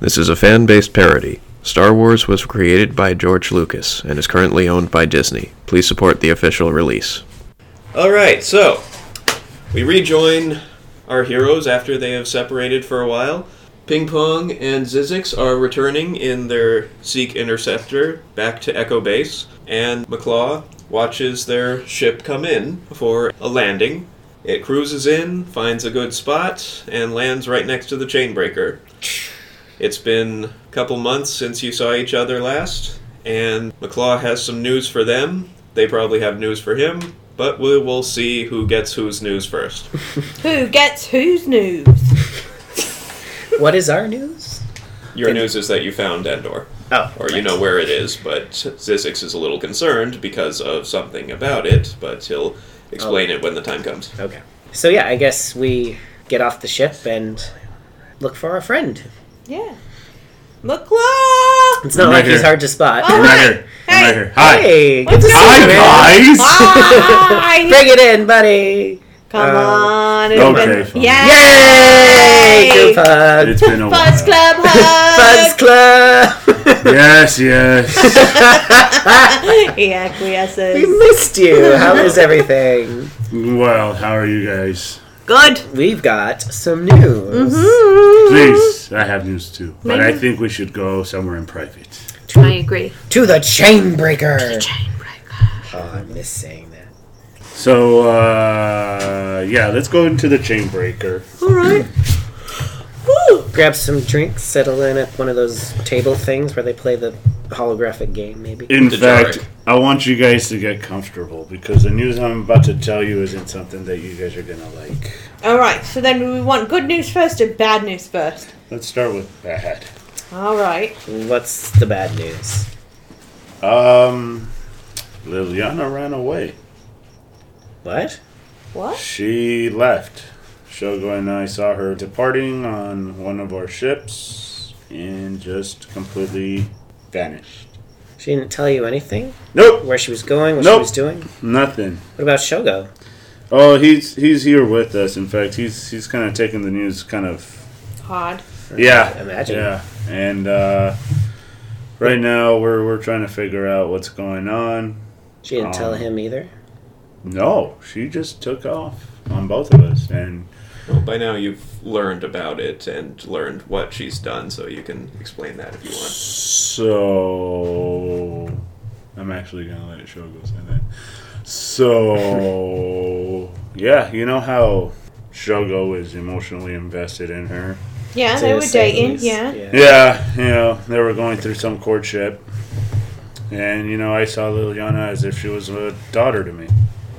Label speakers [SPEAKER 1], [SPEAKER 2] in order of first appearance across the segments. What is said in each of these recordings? [SPEAKER 1] This is a fan based parody. Star Wars was created by George Lucas and is currently owned by Disney. Please support the official release. All right, so we rejoin our heroes after they have separated for a while. Ping Pong and Zizix are returning in their Seek Interceptor back to Echo Base, and McClaw watches their ship come in for a landing. It cruises in, finds a good spot, and lands right next to the Chainbreaker. It's been a couple months since you saw each other last, and McClaw has some news for them. They probably have news for him, but we will see who gets whose news first.
[SPEAKER 2] Who gets whose news?
[SPEAKER 3] What is our news?
[SPEAKER 1] Your news is that you found Endor,
[SPEAKER 3] Oh,
[SPEAKER 1] or you know where it is, but Zizix is a little concerned because of something about it, but he'll explain
[SPEAKER 2] Oh.
[SPEAKER 1] it when the time comes.
[SPEAKER 3] Okay. So yeah, I guess we get off the ship and look for our friend.
[SPEAKER 2] Yeah. McClaw!
[SPEAKER 3] It's not
[SPEAKER 4] I'm right
[SPEAKER 3] like he's
[SPEAKER 4] here.
[SPEAKER 3] hard to spot.
[SPEAKER 2] Oh,
[SPEAKER 4] I'm right here. I'm right here. Hi.
[SPEAKER 3] Hey, good to
[SPEAKER 2] What's
[SPEAKER 3] see
[SPEAKER 4] Hi,
[SPEAKER 3] you, man.
[SPEAKER 4] guys.
[SPEAKER 2] Bye!
[SPEAKER 3] Bring it in, buddy.
[SPEAKER 2] Ah, Come
[SPEAKER 3] Uh,
[SPEAKER 2] on. it's
[SPEAKER 4] okay,
[SPEAKER 2] been-
[SPEAKER 4] fine.
[SPEAKER 3] Yay!
[SPEAKER 2] Yay!
[SPEAKER 3] Group hug.
[SPEAKER 4] It's been a while.
[SPEAKER 2] Buzz Club
[SPEAKER 3] Buzz
[SPEAKER 2] hug!
[SPEAKER 3] Club.
[SPEAKER 4] Yes, yes.
[SPEAKER 2] he
[SPEAKER 3] we
[SPEAKER 2] acquiesces.
[SPEAKER 3] missed you. How is everything?
[SPEAKER 4] well, how are you guys?
[SPEAKER 2] Good.
[SPEAKER 3] We've got some news.
[SPEAKER 4] Please, I have news too. But I
[SPEAKER 2] Maybe.
[SPEAKER 4] think we should go somewhere in private.
[SPEAKER 5] I agree.
[SPEAKER 3] To the chain breaker. Oh, I miss saying that.
[SPEAKER 4] So, uh, yeah, let's go into the chain breaker.
[SPEAKER 2] Alright.
[SPEAKER 3] Grab some drinks, settle in at one of those table things where they play the holographic game, maybe.
[SPEAKER 4] In
[SPEAKER 1] The
[SPEAKER 4] fact,
[SPEAKER 1] jarring.
[SPEAKER 4] I want you guys to get comfortable because the news I'm about to tell you isn't something that you guys are gonna like.
[SPEAKER 2] Alright, so then we want good news first and bad news first.
[SPEAKER 4] Let's start with bad.
[SPEAKER 2] Alright.
[SPEAKER 3] What's the bad news?
[SPEAKER 4] Um, Liliana ran away.
[SPEAKER 3] What?
[SPEAKER 2] What?
[SPEAKER 4] She left. Shogo and I saw her departing on one of our ships and just completely vanished.
[SPEAKER 3] She didn't tell you anything?
[SPEAKER 4] Nope,
[SPEAKER 3] Where she was going, what she
[SPEAKER 4] Nope.
[SPEAKER 3] was doing?
[SPEAKER 4] nothing.
[SPEAKER 3] What about Shogo?
[SPEAKER 4] Oh, he's he's here with us. In fact, he's he's kind of taking the news kind of
[SPEAKER 2] Hard.
[SPEAKER 4] yeah,
[SPEAKER 3] Imagine.
[SPEAKER 4] yeah. And uh, right now we're we're trying to figure out what's going on.
[SPEAKER 3] She didn't tell
[SPEAKER 4] Um,
[SPEAKER 3] him either.
[SPEAKER 4] No, she just took off on both of us, and
[SPEAKER 1] Well, by now you've learned about it and learned what she's done, so you can explain that if you want.
[SPEAKER 4] So I'm actually gonna let Shogo say that. So yeah, you know how Shogo is emotionally invested in her.
[SPEAKER 2] Yeah,
[SPEAKER 3] to
[SPEAKER 2] they were
[SPEAKER 3] say the
[SPEAKER 2] dating,
[SPEAKER 3] least.
[SPEAKER 2] yeah.
[SPEAKER 4] Yeah, you know they were going through some courtship, and you know I saw Liliana as if she was a daughter to me.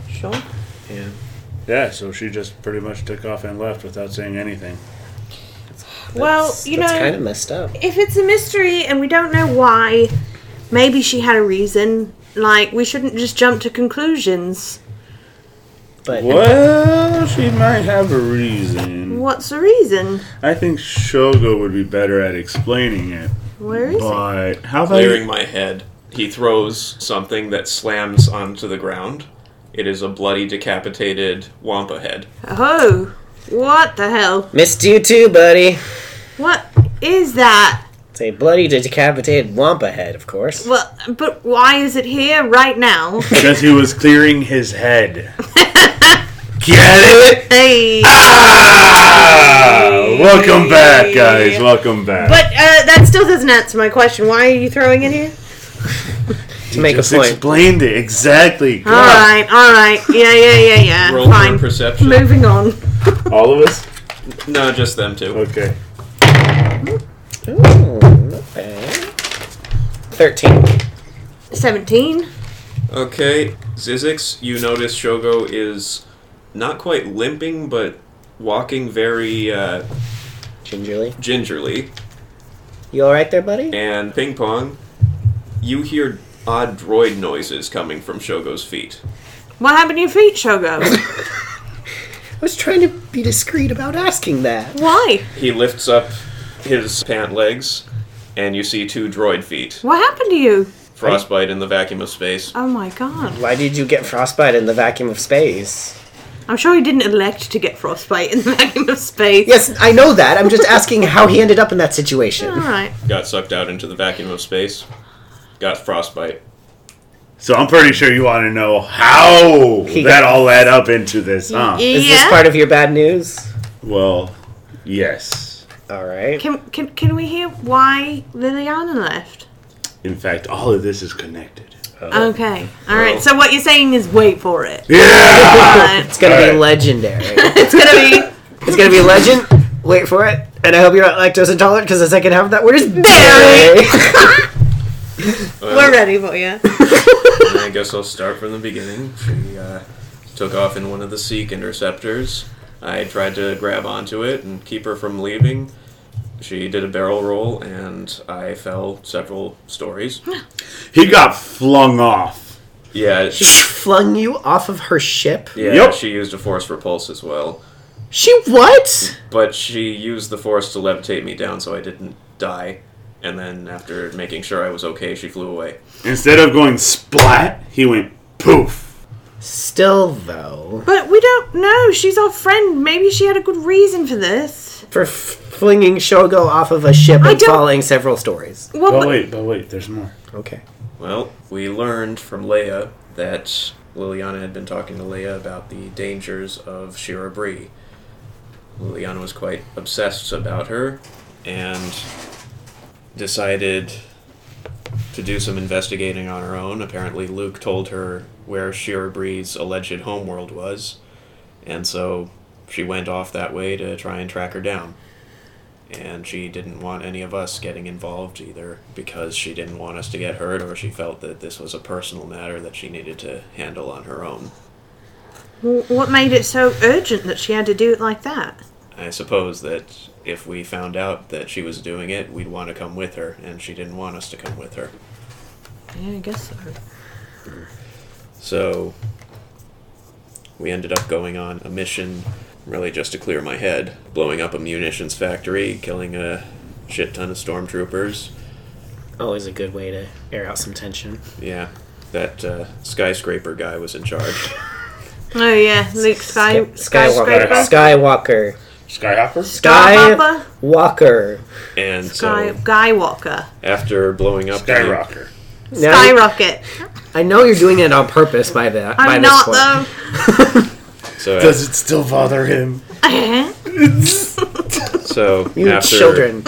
[SPEAKER 2] Sure.
[SPEAKER 3] yeah.
[SPEAKER 4] Yeah, so she just pretty much took off and left without saying anything.
[SPEAKER 2] Well,
[SPEAKER 3] That's-
[SPEAKER 2] you
[SPEAKER 3] that's
[SPEAKER 2] know,
[SPEAKER 3] kind of messed up.
[SPEAKER 2] if it's a mystery and we don't know why, maybe she had a reason. Like, we shouldn't just jump to conclusions.
[SPEAKER 3] But
[SPEAKER 4] Well, she might have a reason.
[SPEAKER 2] What's the reason?
[SPEAKER 4] I think Shogo would be better at explaining it.
[SPEAKER 2] Where is it?
[SPEAKER 4] But how about
[SPEAKER 1] Clearing my head, he throws something that slams onto the ground. It is a bloody, decapitated Wampa head.
[SPEAKER 2] Oh, what the hell?
[SPEAKER 3] missed you too, buddy.
[SPEAKER 2] What is that?
[SPEAKER 3] It's a bloody decapitated wampa head, of course.
[SPEAKER 2] Well, but why is it here right now?
[SPEAKER 4] Because he was clearing his head. Get it?
[SPEAKER 2] hey.
[SPEAKER 4] Ah! Welcome back, guys. Welcome back.
[SPEAKER 2] But uh, that still doesn't answer my question. Why are you throwing it here?
[SPEAKER 3] to make a
[SPEAKER 4] Just
[SPEAKER 3] point.
[SPEAKER 4] explained it exactly.
[SPEAKER 2] All right, all right. Yeah, yeah, yeah, yeah.
[SPEAKER 1] Roll for
[SPEAKER 2] Fine.
[SPEAKER 1] perception.
[SPEAKER 2] Moving on.
[SPEAKER 4] All of us?
[SPEAKER 1] No, just them two.
[SPEAKER 4] Okay.
[SPEAKER 3] Ooh, not bad. Thirteen.
[SPEAKER 2] 17.
[SPEAKER 1] Okay, Zizix, you notice Shogo is not quite limping, but walking very uh,
[SPEAKER 3] Gingerly.
[SPEAKER 1] gingerly.
[SPEAKER 3] You alright there, buddy?
[SPEAKER 1] And Ping Pong, you hear odd droid noises coming from Shogo's feet.
[SPEAKER 2] What happened to your feet, Shogo?
[SPEAKER 3] I was trying to be discreet about asking that.
[SPEAKER 2] Why?
[SPEAKER 1] He lifts up his pant legs, and you see two droid feet.
[SPEAKER 2] What happened to you?
[SPEAKER 1] Frostbite in the vacuum of space.
[SPEAKER 2] Oh my god.
[SPEAKER 3] Why did you get frostbite in the vacuum of space?
[SPEAKER 2] I'm sure he didn't elect to get frostbite in the vacuum of space.
[SPEAKER 3] Yes, I know that. I'm just asking how he ended up in that situation.
[SPEAKER 2] Alright.
[SPEAKER 1] Got sucked out into the vacuum of space. Got frostbite.
[SPEAKER 4] So I'm pretty sure you want to know how
[SPEAKER 3] He
[SPEAKER 4] that
[SPEAKER 3] got-
[SPEAKER 4] all led up into this, huh?
[SPEAKER 3] Ah, Is
[SPEAKER 2] yeah.
[SPEAKER 3] this part of your bad news?
[SPEAKER 4] Well, yes.
[SPEAKER 3] All right.
[SPEAKER 2] can, can, can we hear why Liliana left?
[SPEAKER 4] In fact, all of this is connected.
[SPEAKER 2] Okay. Alright,
[SPEAKER 1] Oh.
[SPEAKER 2] so what you're saying is wait for it.
[SPEAKER 4] Yeah!
[SPEAKER 2] Alright.
[SPEAKER 3] It's gonna
[SPEAKER 4] All right.
[SPEAKER 3] be legendary.
[SPEAKER 2] It's gonna be.
[SPEAKER 3] it's gonna be legend. Wait for it. And I hope you're not lactose intolerant because the second half of that word is dairy.
[SPEAKER 2] We're ready for you.
[SPEAKER 1] And I guess I'll start from the beginning. She uh, took off in one of the Seek interceptors. I tried to grab onto it and keep her from leaving. She did a barrel roll, and I fell several stories.
[SPEAKER 4] He got flung off.
[SPEAKER 1] Yeah, she,
[SPEAKER 3] Flung you off of her ship.
[SPEAKER 1] yeah,
[SPEAKER 4] Yep.
[SPEAKER 1] she used a force repulse as well.
[SPEAKER 3] She what?
[SPEAKER 1] But she used the force to levitate me down so I didn't die. And then, after making sure I was okay, she flew away.
[SPEAKER 4] Instead of going splat, he went poof.
[SPEAKER 3] Still though,
[SPEAKER 2] But we don't know. She's our friend. Maybe she had a good reason for this.
[SPEAKER 3] for f- flinging Shogo off of a ship
[SPEAKER 2] I
[SPEAKER 3] and
[SPEAKER 2] don't-
[SPEAKER 3] falling several stories.
[SPEAKER 2] Well,
[SPEAKER 4] But
[SPEAKER 2] but-
[SPEAKER 4] wait, but wait, there's more.
[SPEAKER 3] Okay.
[SPEAKER 1] Well, we learned from Leia that Liliana had been talking to Leia about the dangers of Shira Bree. Liliana was quite obsessed about her and decided to do some investigating on her own. Apparently, Luke told her where Shira Bree's alleged homeworld was, and so she went off that way to try and track her down and she didn't want any of us getting involved either because she didn't want us to get hurt or she felt that this was a personal matter that she needed to handle on her own.
[SPEAKER 2] w- what made it so urgent that she had to do it like that?
[SPEAKER 1] I suppose that if we found out that she was doing it, we'd want to come with her, and she didn't want us to come with her.
[SPEAKER 2] Yeah, I guess so.
[SPEAKER 1] So we ended up going on a mission, really just to clear my head, blowing up a munitions factory, killing a shit ton of stormtroopers.
[SPEAKER 3] Always a good way to air out some tension.
[SPEAKER 1] Yeah, that uh, skyscraper guy was in charge.
[SPEAKER 2] Oh yeah, Luke Sky
[SPEAKER 3] Skywalker.
[SPEAKER 2] Skywalker.
[SPEAKER 3] Skywalker.
[SPEAKER 4] Skyhopper?
[SPEAKER 2] Skywalker.
[SPEAKER 3] Walker.
[SPEAKER 1] And
[SPEAKER 2] Sky
[SPEAKER 1] so
[SPEAKER 2] Skywalker.
[SPEAKER 1] after blowing up the-
[SPEAKER 4] Skyrocker.
[SPEAKER 3] Now,
[SPEAKER 2] Skyrocket.
[SPEAKER 3] I know you're doing it on purpose by that. by
[SPEAKER 2] I'm
[SPEAKER 3] this
[SPEAKER 2] not
[SPEAKER 3] point.
[SPEAKER 2] though.
[SPEAKER 1] so uh,
[SPEAKER 4] Does it still bother him?
[SPEAKER 1] so
[SPEAKER 3] You
[SPEAKER 1] after
[SPEAKER 3] children.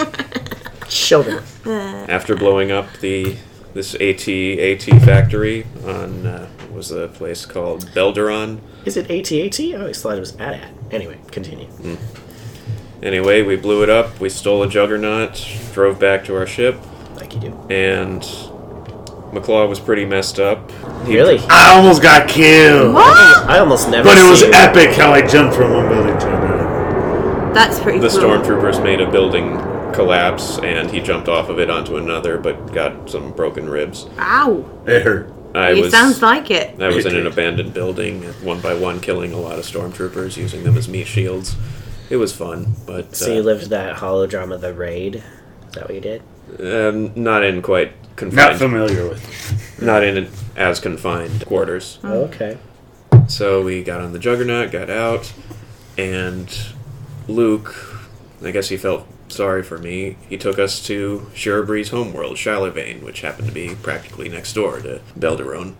[SPEAKER 3] children.
[SPEAKER 1] after blowing up the this AT AT factory on uh, was a place called Belderon.
[SPEAKER 3] Is it ATAT? I always thought it was AT-AT. Anyway, continue.
[SPEAKER 1] Anyway, we blew it up. We stole a juggernaut, drove back to our ship,
[SPEAKER 3] Like you do.
[SPEAKER 1] and McClaw was pretty messed up. He-
[SPEAKER 3] Really?
[SPEAKER 4] I almost got killed.
[SPEAKER 2] What?
[SPEAKER 3] I almost never.
[SPEAKER 4] But it was
[SPEAKER 3] see-
[SPEAKER 4] epic how I jumped from one building to another.
[SPEAKER 2] That's pretty
[SPEAKER 1] The
[SPEAKER 2] cool.
[SPEAKER 1] stormtroopers made a building collapse, and he jumped off of it onto another, but got some broken ribs.
[SPEAKER 2] Ow.
[SPEAKER 4] It hurt.
[SPEAKER 1] I
[SPEAKER 2] It
[SPEAKER 1] was
[SPEAKER 2] sounds like it.
[SPEAKER 1] I was in an
[SPEAKER 4] It did.
[SPEAKER 1] abandoned building, one by one, killing a lot of stormtroopers, using them as meat shields. It was fun, but
[SPEAKER 3] So you
[SPEAKER 1] uh,
[SPEAKER 3] lived that hollow drama, the raid. Is that what you did?
[SPEAKER 1] um, not in quite
[SPEAKER 4] Not
[SPEAKER 1] confined, not,
[SPEAKER 4] familiar with.
[SPEAKER 1] in as confined quarters.
[SPEAKER 3] Hmm.
[SPEAKER 2] Mm.
[SPEAKER 3] Okay.
[SPEAKER 1] So we got on the juggernaut, got out, and Luke, I guess he felt sorry for me. He took us to Shira Bree's homeworld, Shalivane, which happened to be practically next door to Belderone.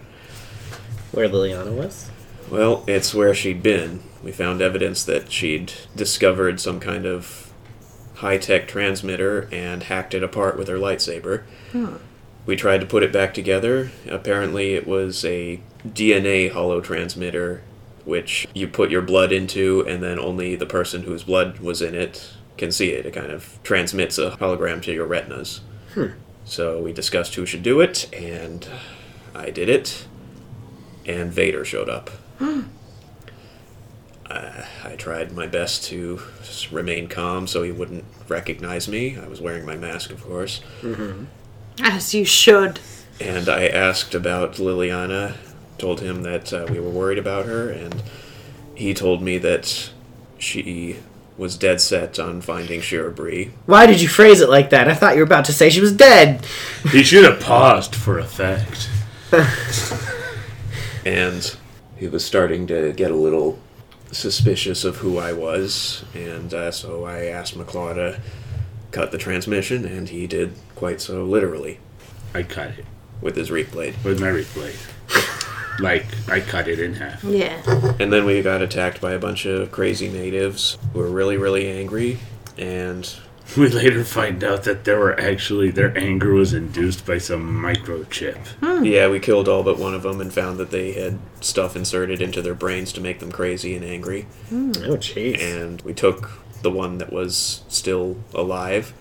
[SPEAKER 3] Where Liliana was.
[SPEAKER 1] Well, it's where she'd been. We found evidence that she'd discovered some kind of high tech transmitter and hacked it apart with her lightsaber. We tried to put it back together. Apparently, it was a DNA holo transmitter, which you put your blood into, and then only the person whose blood was in it can see it. It kind of transmits a hologram to your retinas. So we discussed who should do it, and I did it, and Vader showed up. I tried my best to s- remain calm so he wouldn't recognize me. I was wearing my mask, of course.
[SPEAKER 2] As you should.
[SPEAKER 1] And I asked about Liliana, told him that uh, we were worried about her, and he told me that she was dead set on finding Shira Bree.
[SPEAKER 3] Why did you phrase it like that? I thought you were about to say she was dead.
[SPEAKER 4] He should have paused for effect.
[SPEAKER 1] And he was starting to get a little suspicious of who I was, and uh, so I asked McClaw to cut the transmission, and he did quite so literally
[SPEAKER 5] I cut it
[SPEAKER 1] with his reef blade.
[SPEAKER 5] with my reef blade. like I cut it in half.
[SPEAKER 2] Yeah.
[SPEAKER 1] And then we got attacked by a bunch of crazy natives who were really, really angry, and
[SPEAKER 5] We later find out that there were actually their anger was induced by some microchip.
[SPEAKER 1] yeah, we killed all but one of them and found that they had stuff inserted into their brains to make them crazy and angry.
[SPEAKER 3] Oh, jeez.
[SPEAKER 1] and we took the one that was still alive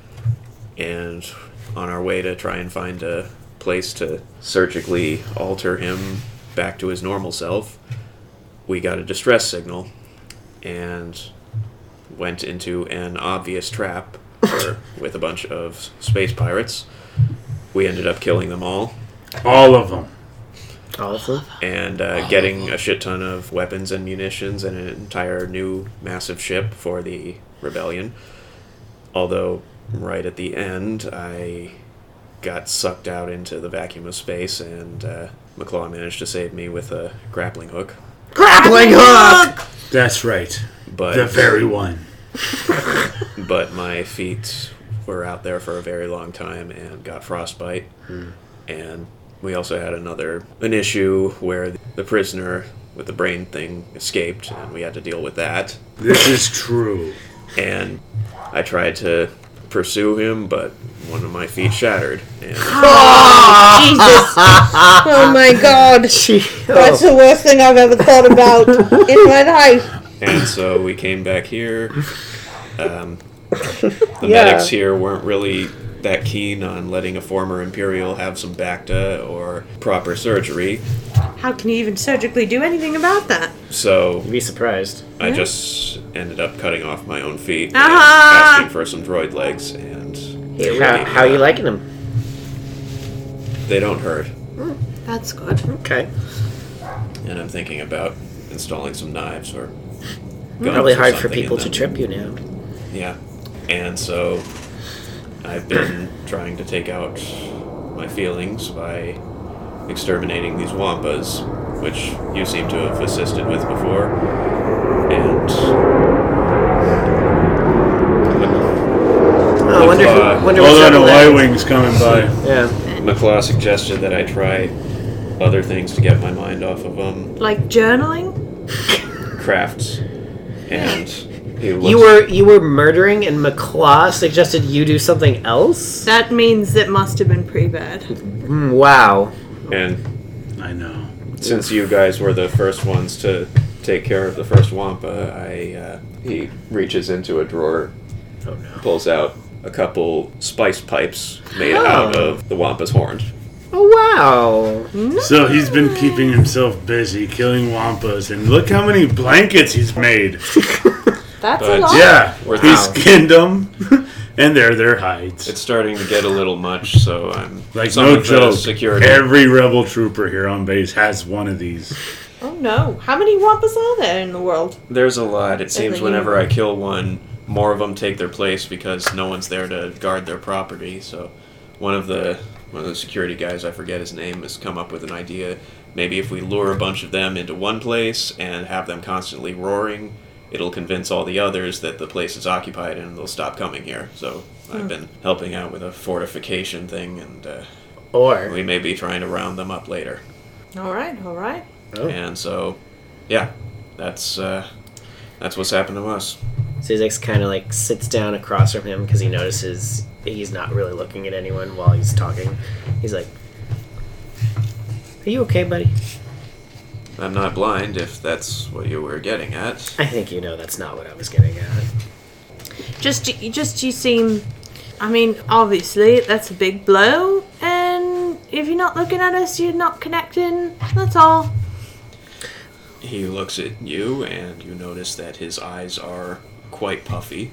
[SPEAKER 1] and on our way to try and find a place to surgically alter him back to his normal self we got a distress signal and went into an obvious trap where- with a bunch of space pirates we ended up killing them all
[SPEAKER 5] All of them.
[SPEAKER 3] All of them?
[SPEAKER 1] and uh, getting a shit ton of weapons and munitions and an entire new massive ship for the rebellion. Although, right at the end, I got sucked out into the vacuum of space, and uh, McClaw managed to save me with a grappling hook.
[SPEAKER 3] Grappling hook!
[SPEAKER 5] That's right.
[SPEAKER 1] But
[SPEAKER 5] The very one.
[SPEAKER 1] but my feet were out there for a very long time and got frostbite. And we also had another an issue where the prisoner with the brain thing escaped, and we had to deal with that.
[SPEAKER 5] This is true.
[SPEAKER 1] And I tried to pursue him, but one of my feet shattered. And
[SPEAKER 2] Jesus. Oh my god.
[SPEAKER 3] She-
[SPEAKER 2] That's
[SPEAKER 3] oh.
[SPEAKER 2] the worst thing I've ever thought about in my life.
[SPEAKER 1] and so we came back here. Um, the
[SPEAKER 2] Yeah.
[SPEAKER 1] medics here weren't really that keen on letting a former Imperial have some Bacta or proper surgery,
[SPEAKER 2] How can you even surgically do anything about that?
[SPEAKER 1] so
[SPEAKER 3] Be surprised.
[SPEAKER 1] I just ended up cutting off my own feet and
[SPEAKER 3] Uh-huh.
[SPEAKER 2] Ah!
[SPEAKER 1] asking for some droid legs, and they
[SPEAKER 3] How,
[SPEAKER 1] really-
[SPEAKER 3] how you liking them?
[SPEAKER 1] They don't hurt,
[SPEAKER 2] That's good.
[SPEAKER 3] Okay.
[SPEAKER 1] and I'm thinking about installing some knives or. guns
[SPEAKER 3] Probably
[SPEAKER 1] or
[SPEAKER 3] hard for
[SPEAKER 1] something in
[SPEAKER 3] people to
[SPEAKER 1] them.
[SPEAKER 3] trip you now.
[SPEAKER 1] Yeah, and so I've been trying to take out my feelings by exterminating these wampas, which you seem to have assisted with before, and.
[SPEAKER 3] Oh, I wonder
[SPEAKER 1] Uh,
[SPEAKER 3] who, wonder what's
[SPEAKER 5] Hold on,
[SPEAKER 3] up
[SPEAKER 5] a
[SPEAKER 3] with
[SPEAKER 5] Y
[SPEAKER 3] that.
[SPEAKER 5] wing's coming by.
[SPEAKER 3] Yeah.
[SPEAKER 1] McClaw suggested that I try other things to get my mind off of um,
[SPEAKER 2] Like journaling?
[SPEAKER 1] crafts, and he looked,
[SPEAKER 3] You were you were murdering, and McClaw suggested you do something else.
[SPEAKER 2] That means that must have been pretty bad.
[SPEAKER 3] Mm, Wow.
[SPEAKER 1] and
[SPEAKER 5] I know.
[SPEAKER 1] since you guys were the first ones to take care of the first wampa, I uh, he reaches into a drawer,
[SPEAKER 5] Oh no.
[SPEAKER 1] pulls out a couple spice pipes made out of the wampa's horns.
[SPEAKER 3] Oh wow.
[SPEAKER 5] So he's been keeping himself busy killing wampas, and look how many blankets he's made.
[SPEAKER 2] That's
[SPEAKER 1] But-
[SPEAKER 2] a lot.
[SPEAKER 5] Yeah,
[SPEAKER 1] Wow.
[SPEAKER 5] he skinned them, and they're their hides.
[SPEAKER 1] It's starting to get a little much, so I'm
[SPEAKER 5] like
[SPEAKER 1] some
[SPEAKER 5] no
[SPEAKER 1] of the
[SPEAKER 5] joke.
[SPEAKER 1] Security.
[SPEAKER 5] Every rebel trooper here on base has one of these.
[SPEAKER 2] Oh no. How many wampas are there in the world?
[SPEAKER 1] There's a lot. It seems
[SPEAKER 2] Definitely.
[SPEAKER 1] whenever I kill one, more of them take their place because no one's there to guard their property. So, one of the one of the security guys, I forget his name, has come up with an idea. Maybe if we lure a bunch of them into one place and have them constantly roaring, it'll convince all the others that the place is occupied and they'll stop coming here. So, I've been helping out with a fortification thing, and uh,
[SPEAKER 3] Or
[SPEAKER 1] we may be trying to round them up later.
[SPEAKER 2] Alright, alright.
[SPEAKER 3] Oh.
[SPEAKER 1] And so, yeah, that's uh, that's what's happened to us.
[SPEAKER 3] Suzek's kind of like sits down across from him because he notices he's not really looking at anyone while he's talking. He's like, "Are you okay, buddy?"
[SPEAKER 1] I'm not blind if that's what you were getting at.
[SPEAKER 3] I think you know that's not what I was getting at.
[SPEAKER 2] Just you- just you seem I mean, obviously that's a big blow and if you're not looking at us you're not connecting. That's all.
[SPEAKER 1] He looks at you and you notice that his eyes are quite puffy.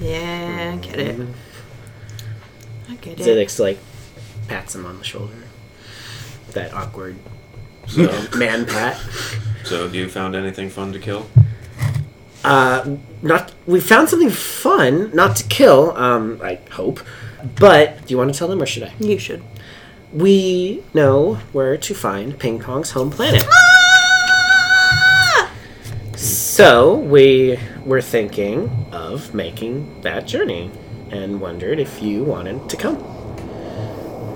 [SPEAKER 2] Yeah, I get it. I get it.
[SPEAKER 3] Zedek's like pats him on the shoulder. That awkward
[SPEAKER 1] So,
[SPEAKER 3] man pat.
[SPEAKER 1] so have you found anything fun to kill?
[SPEAKER 3] Uh, not we found something fun, not to kill. Um, I hope. But do you want to tell them or should I?
[SPEAKER 2] You should.
[SPEAKER 3] We know where to find Ping Pong's home planet. So we were thinking of making that journey and wondered if you wanted to come.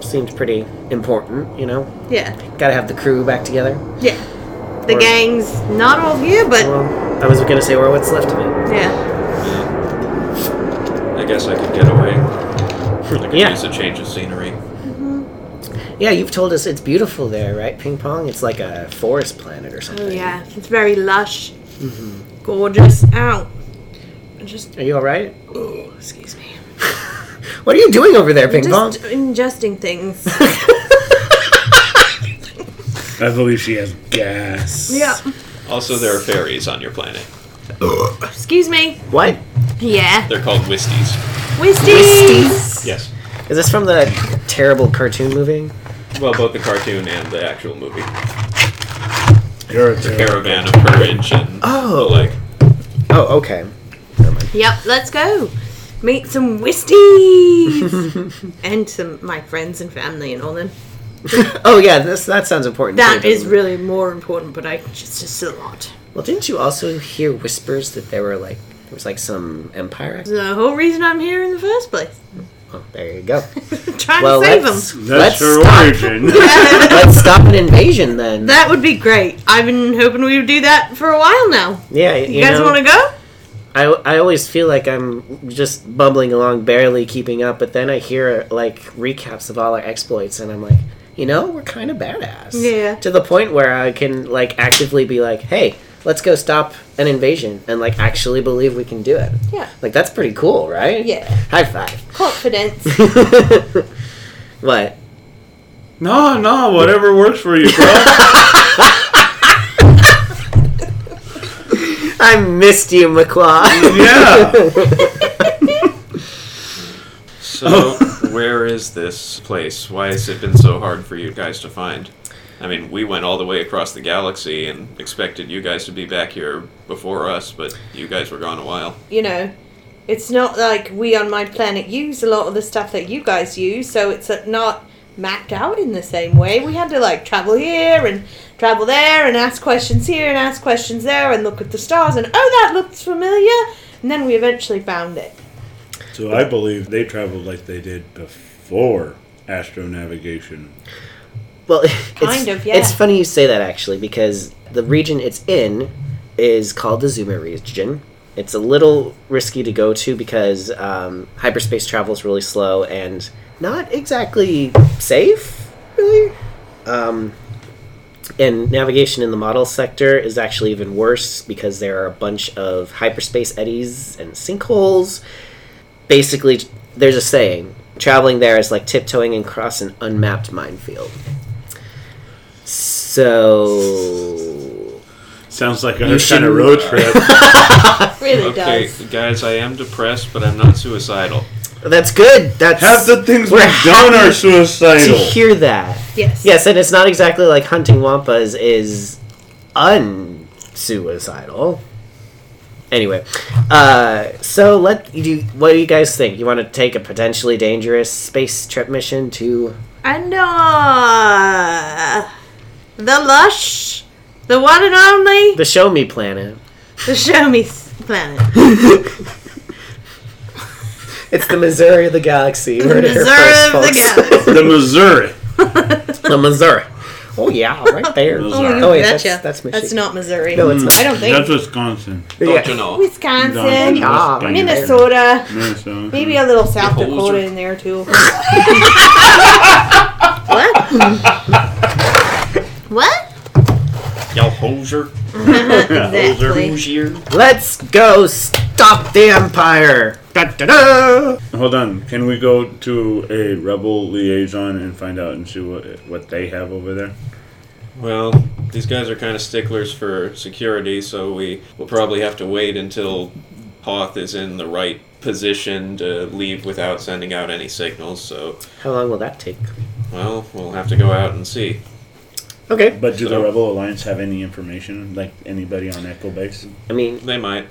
[SPEAKER 3] Seemed pretty important, you know.
[SPEAKER 2] Yeah.
[SPEAKER 3] Gotta have the crew back together.
[SPEAKER 2] Yeah. The
[SPEAKER 3] Or-
[SPEAKER 2] gang's not all of you, but
[SPEAKER 3] Well, I was gonna say, or what's left of it.
[SPEAKER 2] yeah.
[SPEAKER 1] I guess I could get away. I could
[SPEAKER 3] Yeah.
[SPEAKER 1] use a change of scenery.
[SPEAKER 3] Yeah, you've told us it's beautiful there, right? Ping pong. It's like a forest planet or something.
[SPEAKER 2] Oh yeah, it's very lush, gorgeous. Ow. I Just,
[SPEAKER 3] Are you all right? Oh, excuse me. what are you doing over there, ping pong?
[SPEAKER 2] just ingesting things.
[SPEAKER 5] I believe she has gas.
[SPEAKER 2] yeah.
[SPEAKER 1] Also, there are fairies on your planet.
[SPEAKER 2] Excuse me.
[SPEAKER 3] What
[SPEAKER 2] Yeah.
[SPEAKER 1] They're called Wisties.
[SPEAKER 2] Whisties.
[SPEAKER 1] Yes.
[SPEAKER 3] is this from the terrible cartoon movie?
[SPEAKER 1] Well, both the cartoon and the actual movie.
[SPEAKER 5] You're a
[SPEAKER 1] Caravan of Courage and the
[SPEAKER 3] Oh.
[SPEAKER 1] like.
[SPEAKER 3] Oh, okay.
[SPEAKER 2] Yep, let's go. Meet some Wisties and some my friends and family and all them.
[SPEAKER 3] Oh yeah, this that sounds important.
[SPEAKER 2] That
[SPEAKER 3] too,
[SPEAKER 2] is
[SPEAKER 3] doesn't it?
[SPEAKER 2] really more important, but I it's just a lot.
[SPEAKER 3] Well, didn't you also hear whispers that there were like there was like some empire? act-
[SPEAKER 2] The whole reason I'm here in the first place,
[SPEAKER 3] Oh, there you go.
[SPEAKER 2] trying
[SPEAKER 3] Well,
[SPEAKER 2] to save
[SPEAKER 3] let's
[SPEAKER 2] them.
[SPEAKER 5] That's
[SPEAKER 3] let's
[SPEAKER 5] her
[SPEAKER 3] stop,
[SPEAKER 5] origin.
[SPEAKER 3] let's stop an invasion then.
[SPEAKER 2] That would be great. I've been hoping we would do that for a while now.
[SPEAKER 3] yeah, you,
[SPEAKER 2] You, guys
[SPEAKER 3] know,
[SPEAKER 2] want to go?
[SPEAKER 3] I I always feel like I'm just bumbling along, barely keeping up, but then I hear like recaps of all our exploits, and I'm like, you know, we're kind of badass.
[SPEAKER 2] Yeah.
[SPEAKER 3] To the point where I can like actively be like, hey, let's go stop an invasion, and like actually believe we can do it.
[SPEAKER 2] Yeah.
[SPEAKER 3] Like that's pretty cool, right?
[SPEAKER 2] Yeah.
[SPEAKER 3] High five.
[SPEAKER 2] Confidence.
[SPEAKER 3] what?
[SPEAKER 5] no, no, whatever works for you, bro.
[SPEAKER 3] I missed you, McClaw.
[SPEAKER 5] yeah.
[SPEAKER 1] So, where is this place? Why has it been so hard for you guys to find? I mean, we went all the way across the galaxy and expected you guys to be back here before us, but you guys were gone a while.
[SPEAKER 2] you know, it's not like we on my planet use a lot of the stuff that you guys use, so it's uh, not mapped out in the same way. We had to like travel here and travel there and ask questions here and ask questions there and look at the stars and oh, that looks familiar. And then we eventually found it.
[SPEAKER 5] So
[SPEAKER 4] I believe they traveled like they did before astro navigation.
[SPEAKER 3] well, it's,
[SPEAKER 2] Kind of, yeah.
[SPEAKER 3] It's funny you say that actually, because the region it's in is called the Zuma region. It's a little risky to go to because um, hyperspace travel is really slow and not exactly safe, really. Um, and navigation in the model sector is actually even worse because there are a bunch of hyperspace eddies and sinkholes. Basically, there's a saying traveling there is like tiptoeing across an unmapped minefield. So.
[SPEAKER 5] Sounds like
[SPEAKER 3] You
[SPEAKER 5] a kind of
[SPEAKER 3] shouldn't-
[SPEAKER 5] road trip.
[SPEAKER 2] Really
[SPEAKER 1] Okay,
[SPEAKER 2] does.
[SPEAKER 1] guys, I am depressed, but I'm not suicidal.
[SPEAKER 3] That's good. That's.
[SPEAKER 5] Half the things
[SPEAKER 3] We're
[SPEAKER 5] we've done
[SPEAKER 3] happy
[SPEAKER 5] are
[SPEAKER 3] to
[SPEAKER 5] suicidal.
[SPEAKER 3] hear that.
[SPEAKER 2] Yes.
[SPEAKER 3] Yes, and it's not exactly like hunting wampas is unsuicidal. Anyway, uh, so let you. do- What do you guys think? You want to take a potentially dangerous space trip mission to?
[SPEAKER 2] And uh, the lush, the one and only,
[SPEAKER 3] the Show Me Planet.
[SPEAKER 2] the show me s- planet.
[SPEAKER 3] It's the Missouri of the galaxy. We're here
[SPEAKER 2] Missouri
[SPEAKER 3] first,
[SPEAKER 2] of the
[SPEAKER 3] folks.
[SPEAKER 2] galaxy.
[SPEAKER 5] the Missouri.
[SPEAKER 3] the Missouri. Oh yeah, right there.
[SPEAKER 5] Missouri.
[SPEAKER 3] Oh wait,
[SPEAKER 2] Gotcha.
[SPEAKER 3] that's that's Michigan.
[SPEAKER 2] That's not Missouri.
[SPEAKER 3] No, it's not.
[SPEAKER 2] I don't think.
[SPEAKER 5] That's Wisconsin.
[SPEAKER 1] Don't
[SPEAKER 3] Yeah.
[SPEAKER 1] you know?
[SPEAKER 2] Wisconsin,
[SPEAKER 3] Ah,
[SPEAKER 5] Wisconsin.
[SPEAKER 2] Minnesota.
[SPEAKER 5] Minnesota.
[SPEAKER 2] Maybe a little South
[SPEAKER 1] Holes
[SPEAKER 2] Dakota
[SPEAKER 1] are-
[SPEAKER 2] in there too. what? What?
[SPEAKER 1] Y'all hoser?
[SPEAKER 2] Exactly.
[SPEAKER 1] Hosier?
[SPEAKER 3] Let's go stop the Empire. Da, da, da.
[SPEAKER 4] Hold on, can we go to a rebel liaison and find out and see what what they have over there?
[SPEAKER 1] Well, these guys are kind of sticklers for security, so we will probably have to wait until Hoth is in the right position to leave without sending out any signals. So,
[SPEAKER 3] How long will that take?
[SPEAKER 1] well, we'll have to go out and see.
[SPEAKER 3] Okay.
[SPEAKER 4] But do
[SPEAKER 1] So-
[SPEAKER 4] the Rebel Alliance have any information, like anybody on Echo Base?
[SPEAKER 3] I mean,
[SPEAKER 1] They might.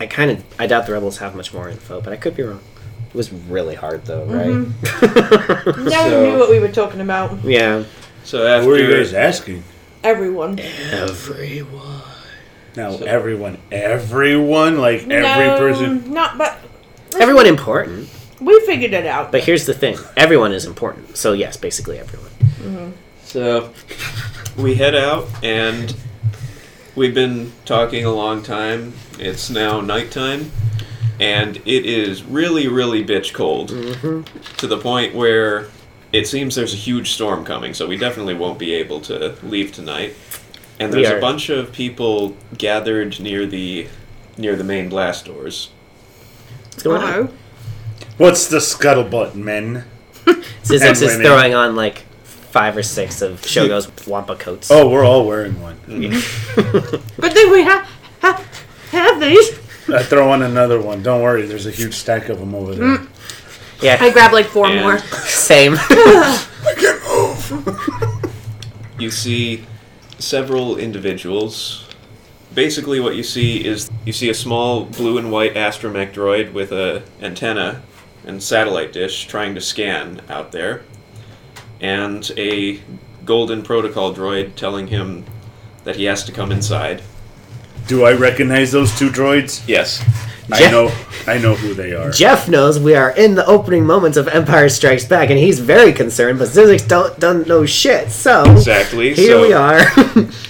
[SPEAKER 3] I kind of I doubt the rebels have much more info, but I could be wrong. It was really hard though, right?
[SPEAKER 2] Now we knew what we were talking about.
[SPEAKER 3] yeah.
[SPEAKER 1] So after
[SPEAKER 4] What are you guys asking?
[SPEAKER 2] Everyone.
[SPEAKER 3] Everyone.
[SPEAKER 4] Now everyone, everyone, like every
[SPEAKER 2] no,
[SPEAKER 4] person.
[SPEAKER 2] Not, but
[SPEAKER 3] Everyone important,
[SPEAKER 2] we figured it out.
[SPEAKER 3] but here's the thing: everyone is important. So yes, basically everyone.
[SPEAKER 1] So we head out, and we've been talking a long time. It's now nighttime, and it is really, really bitch cold
[SPEAKER 3] Mm-hmm.
[SPEAKER 1] to the point where it seems there's a huge storm coming. So we definitely won't be able to leave tonight. And
[SPEAKER 3] We
[SPEAKER 1] there's
[SPEAKER 3] are-
[SPEAKER 1] a bunch of people gathered near the near the main blast doors.
[SPEAKER 3] What's going
[SPEAKER 2] Oh,
[SPEAKER 3] on?
[SPEAKER 4] What's the scuttlebutt, men?
[SPEAKER 3] Sizzix is
[SPEAKER 4] women.
[SPEAKER 3] throwing on like five or six of Shogo's wampa coats.
[SPEAKER 4] Oh, we're all wearing one.
[SPEAKER 2] But then we have have, have these.
[SPEAKER 4] I Uh, throw on another one. Don't worry, there's a huge stack of them over there.
[SPEAKER 2] I
[SPEAKER 3] yeah,
[SPEAKER 2] grabbed like four
[SPEAKER 1] And-
[SPEAKER 2] more.
[SPEAKER 3] same.
[SPEAKER 1] you see several individuals. Basically, what you see is you see a small blue and white astromech droid with a antenna and satellite dish trying to scan out there, and a golden protocol droid telling him that he has to come inside.
[SPEAKER 4] Do I recognize those two droids?
[SPEAKER 1] Yes.
[SPEAKER 4] I
[SPEAKER 3] Jeff-
[SPEAKER 4] know, I know who they are.
[SPEAKER 3] Jeff knows we are in the opening moments of Empire Strikes Back, and he's very concerned. But Sizzix don't don't know shit. So
[SPEAKER 1] Exactly,
[SPEAKER 3] Here
[SPEAKER 1] so-
[SPEAKER 3] we are.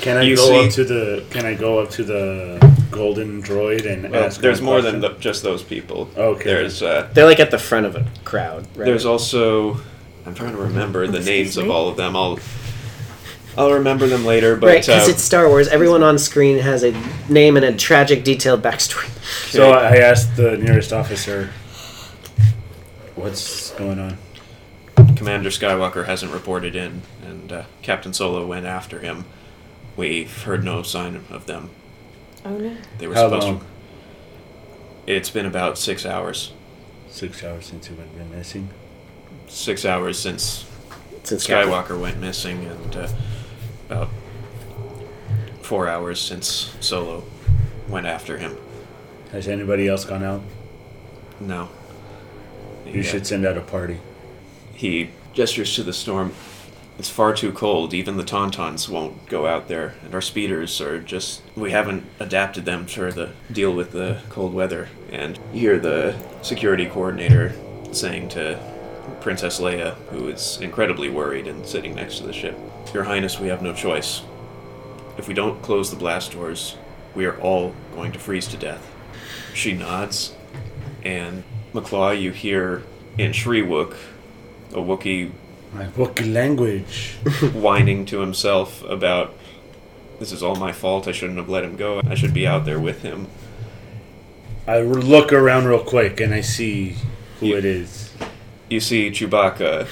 [SPEAKER 4] Can I
[SPEAKER 1] You
[SPEAKER 4] go
[SPEAKER 1] see-
[SPEAKER 4] up to the? Can I go up to the golden droid and
[SPEAKER 1] Well,
[SPEAKER 4] ask?
[SPEAKER 1] there's
[SPEAKER 4] him a
[SPEAKER 1] more than
[SPEAKER 4] question?
[SPEAKER 1] the, just those people.
[SPEAKER 4] Okay.
[SPEAKER 1] There's uh,
[SPEAKER 3] They're like at the front of a crowd. Right?
[SPEAKER 1] There's also I'm trying to remember the names of all of them. I'll I'll remember them later, but
[SPEAKER 3] right because
[SPEAKER 1] uh,
[SPEAKER 3] it's Star Wars. Everyone on screen has a name and a tragic, detailed backstory.
[SPEAKER 4] So I asked the nearest officer, "What's going on?"
[SPEAKER 1] Commander Skywalker hasn't reported in, and uh, Captain Solo went after him. We've heard no sign of them.
[SPEAKER 2] Oh no.
[SPEAKER 1] They were
[SPEAKER 4] How
[SPEAKER 1] supposed
[SPEAKER 4] long?
[SPEAKER 1] to. It's been about six hours.
[SPEAKER 4] Six hours since we've been missing.
[SPEAKER 1] Six hours since
[SPEAKER 3] Since Captain-
[SPEAKER 1] Skywalker went missing, and uh, about four hours since Solo went after him.
[SPEAKER 4] Has anybody else gone out?
[SPEAKER 1] No.
[SPEAKER 4] You
[SPEAKER 1] Yeah.
[SPEAKER 4] should send out a party.
[SPEAKER 1] He gestures to the storm. It's far too cold. Even the Tauntauns won't go out there, and our speeders are just. We haven't adapted them for the deal with the cold weather. And you hear the security coordinator saying to Princess Leia, who is incredibly worried and sitting next to the ship, Your Highness, we have no choice. If we don't close the blast doors, we are all going to freeze to death. She nods, and McClaw, you hear in Shriwook, a Wookiee
[SPEAKER 4] My Wookiee language.
[SPEAKER 1] whining to himself about this is all my fault. I shouldn't have let him go. I should be out there with him.
[SPEAKER 4] I look around real quick and I see who
[SPEAKER 1] You-
[SPEAKER 4] it is.
[SPEAKER 1] You see Chewbacca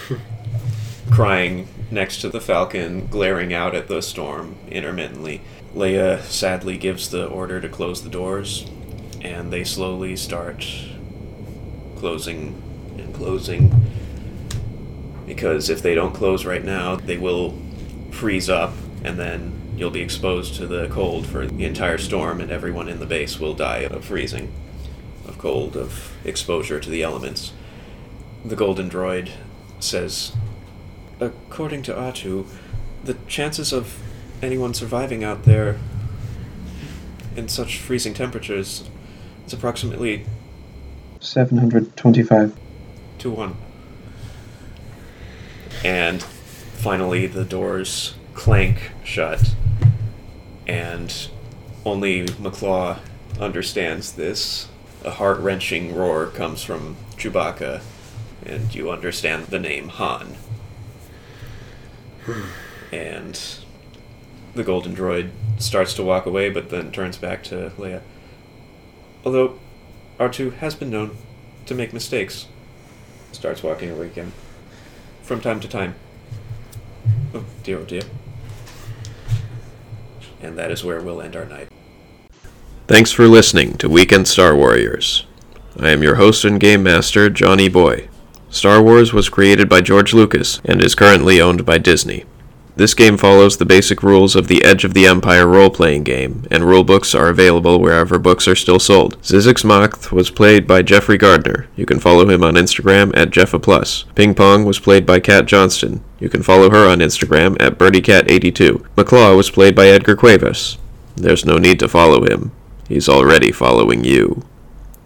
[SPEAKER 1] crying next to the Falcon, glaring out at the storm intermittently. Leia sadly gives the order to close the doors, and they slowly start closing and closing. Because if they don't close right now, they will freeze up, and then you'll be exposed to the cold for the entire storm, and everyone in the base will die of freezing, of cold, of exposure to the elements. The golden droid says, According to Atu, the chances of anyone surviving out there in such freezing temperatures is approximately
[SPEAKER 6] 725.
[SPEAKER 1] to one. And finally, the doors clank shut, and only McClaw understands this. A heart wrenching roar comes from Chewbacca, and you understand the name Han. and the golden droid starts to walk away, but then turns back to Leia. Although R2 has been known to make mistakes starts walking away again. From time to time. Oh dear, oh dear. And that is where we'll end our night.
[SPEAKER 7] Thanks for listening to Weekend Star Warriors. I am your host and game master, Johnny Boy. Star Wars was created by George Lucas and is currently owned by Disney. This game follows the basic rules of the Edge of the Empire role playing game, and rulebooks are available wherever books are still sold. Zizix Moth was played by Jeffrey Gardner. You can follow him on Instagram at JeffaPlus. Ping Pong was played by Kat Johnston. You can follow her on Instagram at BirdieCat82. McClaw was played by Edgar Cuevas. There's no need to follow him. He's already following you.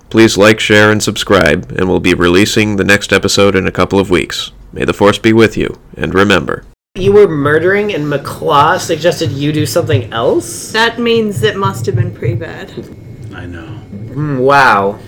[SPEAKER 7] Please like, share, and subscribe, and we'll be releasing the next episode in a couple of weeks. May the Force be with you, and remember.
[SPEAKER 3] You were murdering, and McClaw suggested you do something else?
[SPEAKER 2] That means it must have been pretty bad.
[SPEAKER 5] I know.
[SPEAKER 3] Mm, wow.